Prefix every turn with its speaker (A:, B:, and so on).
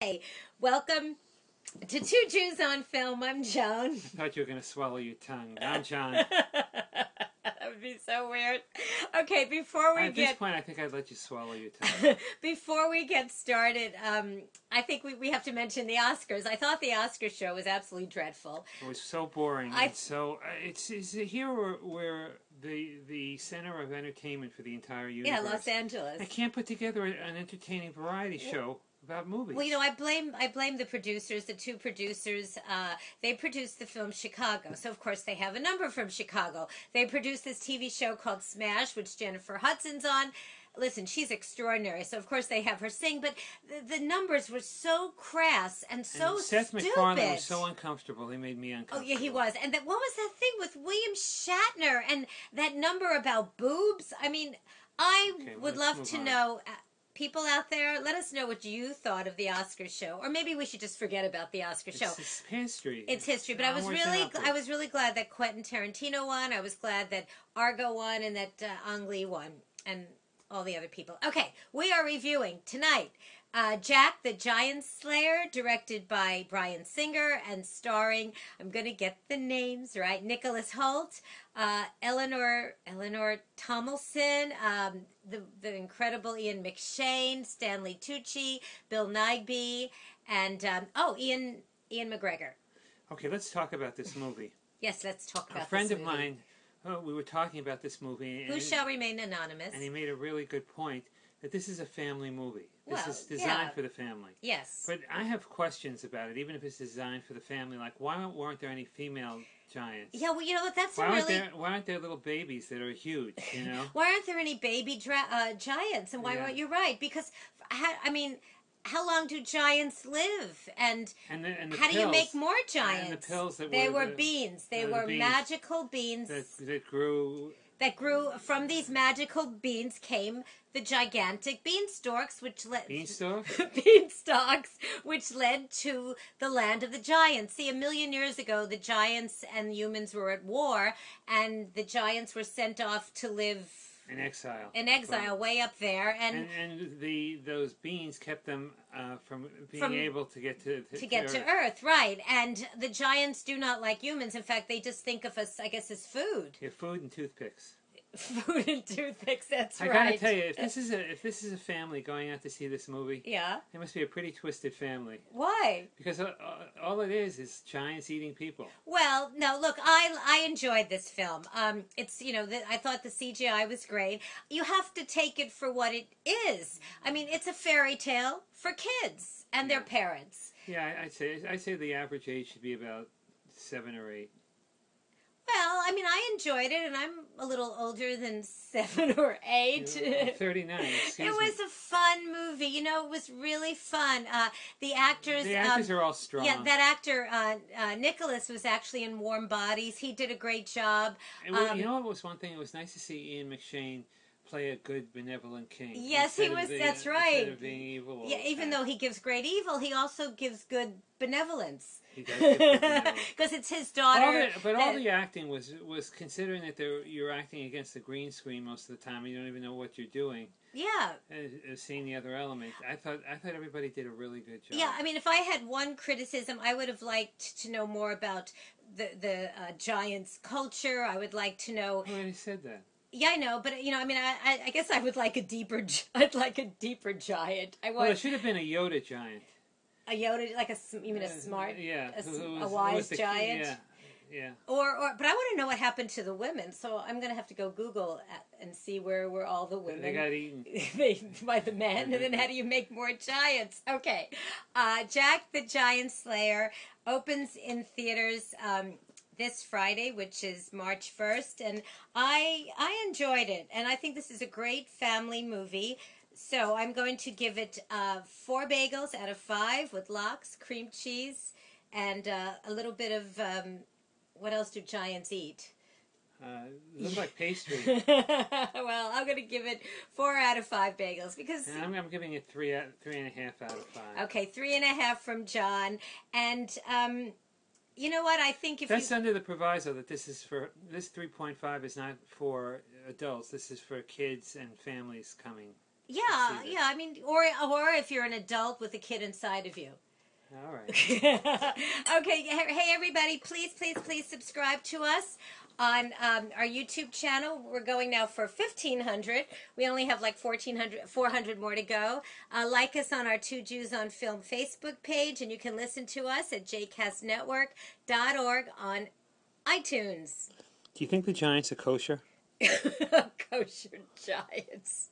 A: Hey, welcome to Two Jews on Film. I'm Joan.
B: I thought you were going to swallow your tongue. I'm John.
A: that would be so weird. Okay, before we
B: At this
A: get
B: point, I think I'd let you swallow your tongue.
A: before we get started, um, I think we, we have to mention the Oscars. I thought the Oscar show was absolutely dreadful.
B: It was so boring.
A: I-
B: and so uh, it's, it's here where, where the the center of entertainment for the entire universe.
A: Yeah, Los
B: I
A: Angeles.
B: can't put together a- an entertaining variety show about movies.
A: Well, you know, I blame I blame the producers, the two producers. Uh, they produced the film Chicago, so of course they have a number from Chicago. They produced this TV show called Smash, which Jennifer Hudson's on. Listen, she's extraordinary, so of course they have her sing. But the, the numbers were so crass and
B: And
A: so
B: Seth
A: stupid.
B: MacFarlane was so uncomfortable. He made me
A: Oh
B: uncomfortable.
A: yeah, he was. And that what was that thing with William Shatner and that number about boobs? I mean, I
B: Okay, well,
A: would
B: let's
A: love
B: move
A: to
B: on.
A: know. uh, People out there, let us know what you thought of the Oscar show, or maybe we should just forget about the Oscar
B: It's,
A: show.
B: it's history.
A: It's history, but I was
B: Onwards and
A: really, I
B: upwards.
A: was really glad that Quentin Tarantino won. I was glad that Argo won and that uh, Ang Lee won, and all the other people. Okay, we are reviewing tonight. Uh, Jack the Giant Slayer, directed by Brian Singer and starring, I'm going to get the names right, Nicholas Holt, uh, Eleanor Eleanor Tomlinson, um, the, the incredible Ian McShane, Stanley Tucci, Bill Nighy, and, um, oh, Ian, Ian McGregor.
B: Okay, let's talk about this movie.
A: Yes, let's talk about
B: a friend
A: this
B: of
A: movie.
B: mine, oh, we were talking about this movie.
A: who
B: and-
A: shall remain anonymous.
B: and he made a really good point that this is a family movie. This
A: Well,
B: is designed
A: yeah.
B: for the family.
A: yes,
B: But I have questions about it, even if it's designed for the family. Like, why weren't there any female giants?
A: yeah. Well, you know what? That's
B: Why
A: a
B: aren't
A: really.
B: there Why aren't there little babies that are huge? You know.
A: Why aren't there any baby dra- uh, giants? And why
B: Yeah.
A: weren't you right? Because f- how, I mean, how long do giants live? And
B: And the, and the
A: how do you make
B: pills
A: more giants?
B: pills that
A: they
B: were
A: were
B: the-
A: beans. They
B: the
A: were
B: beans
A: magical beans
B: that
A: that,
B: that grew?
A: grew from these magical beans. Came the gigantic beanstalks, which let
B: Beanstalk.
A: beanstalks, which led to the land of the giants. See, a million years ago, the giants and humans were at war, and the giants were sent off to live
B: In exile.
A: in exile way up there, and,
B: And, and the those beans kept them uh, from being
A: From-
B: able to get to,
A: to get to
B: Earth.
A: Earth, right? And the giants do not like humans. In fact, they just think of us, I guess, as food,
B: Yeah, food and toothpicks.
A: food and toothpicks. That's
B: I
A: right.
B: gotta tell you, if this is a if this is a family going out to see this movie,
A: yeah.
B: They must be a pretty twisted family
A: Why?
B: because uh, uh, all it is is giants eating people.
A: Well, no, look, I I enjoyed this film. Um, it's you know, the, I thought the CGI was great. You have to take it for what it is. I mean, it's a fairy tale for kids and their
B: Yeah.
A: parents.
B: Yeah, I, I'd say I'd say the average age should be about seven or eight.
A: Well, I mean, I enjoyed it, and I'm a little older than seven or eight.
B: Thirty nine. Excuse
A: it was
B: me.
A: a fun movie. You know, it was really fun. Uh, the actors.
B: the actors
A: um,
B: are all strong.
A: yeah, that actor uh, uh, Nicholas was actually in Warm Bodies. He did a great job.
B: And well,
A: um,
B: you know what was one thing? It was nice to see Ian McShane play a good benevolent king.
A: Yes, he
B: instead of
A: was-
B: being-
A: that's
B: instead
A: right.
B: Of being evil. all
A: Yeah,
B: the
A: even
B: time.
A: though he gives great evil, he also gives good benevolence.
B: He does give good benevolence.
A: Because it's his
B: All
A: daughter. uh,
B: the, but all
A: that-
B: the acting was was considering that there, you're acting against the green screen most of the time. You don't even know what you're doing.
A: yeah,
B: and uh, seeing the other elements, I thought I thought everybody did a really good job.
A: yeah. I mean, if I had one criticism, I would have liked to know more about the the uh, Giants' culture. I would like to know.
B: I already said that.
A: Yeah, I know, but you know, I mean, I, I, I guess I would like a deeper. gi- I'd like a deeper giant. I
B: Well, it
A: want
B: should have been a Yoda giant.
A: a Yoda, like a s- you mean a
B: Uh,
A: smart
B: yeah,
A: a s-
B: who- who
A: a
B: was- who
A: wise
B: was the key-
A: giant?
B: Yeah, yeah.
A: or or. But I want to know what happened to the women, so I'm gonna have to go Google at, and see where were all the women.
B: They got eaten.
A: they by the men, and then how do you make more giants? Okay, uh, Jack the Giant Slayer opens in theaters um, this Friday, which is March first, and I I enjoyed it, and I think this is a great family movie. So I'm going to give it uh, four bagels out of five with lox, cream cheese, and uh, a little bit of um, what else do giants eat?
B: Uh, it looked like pastry.
A: well, I'm gonna give it four out of five bagels because
B: and I'm, I'm giving it three out, three and a half out of five.
A: okay, three and a half from John, and um, you know what? I think if
B: That's
A: you
B: under the proviso that this is for this 3.5 is not for adults. This is for kids and families coming
A: Yeah,
B: see that.
A: yeah. I mean, or or if you're an adult with a kid inside of you.
B: All right.
A: okay, hey everybody, please, please, please subscribe to us on um, our YouTube channel. We're going now for 1500. We only have like 1400 400 more to go. Uh, like us on our Two Jews on Film Facebook page and you can listen to us at jcastnetwork.org on iTunes.
B: Do you think the Giants are kosher?
A: Kosher Giants.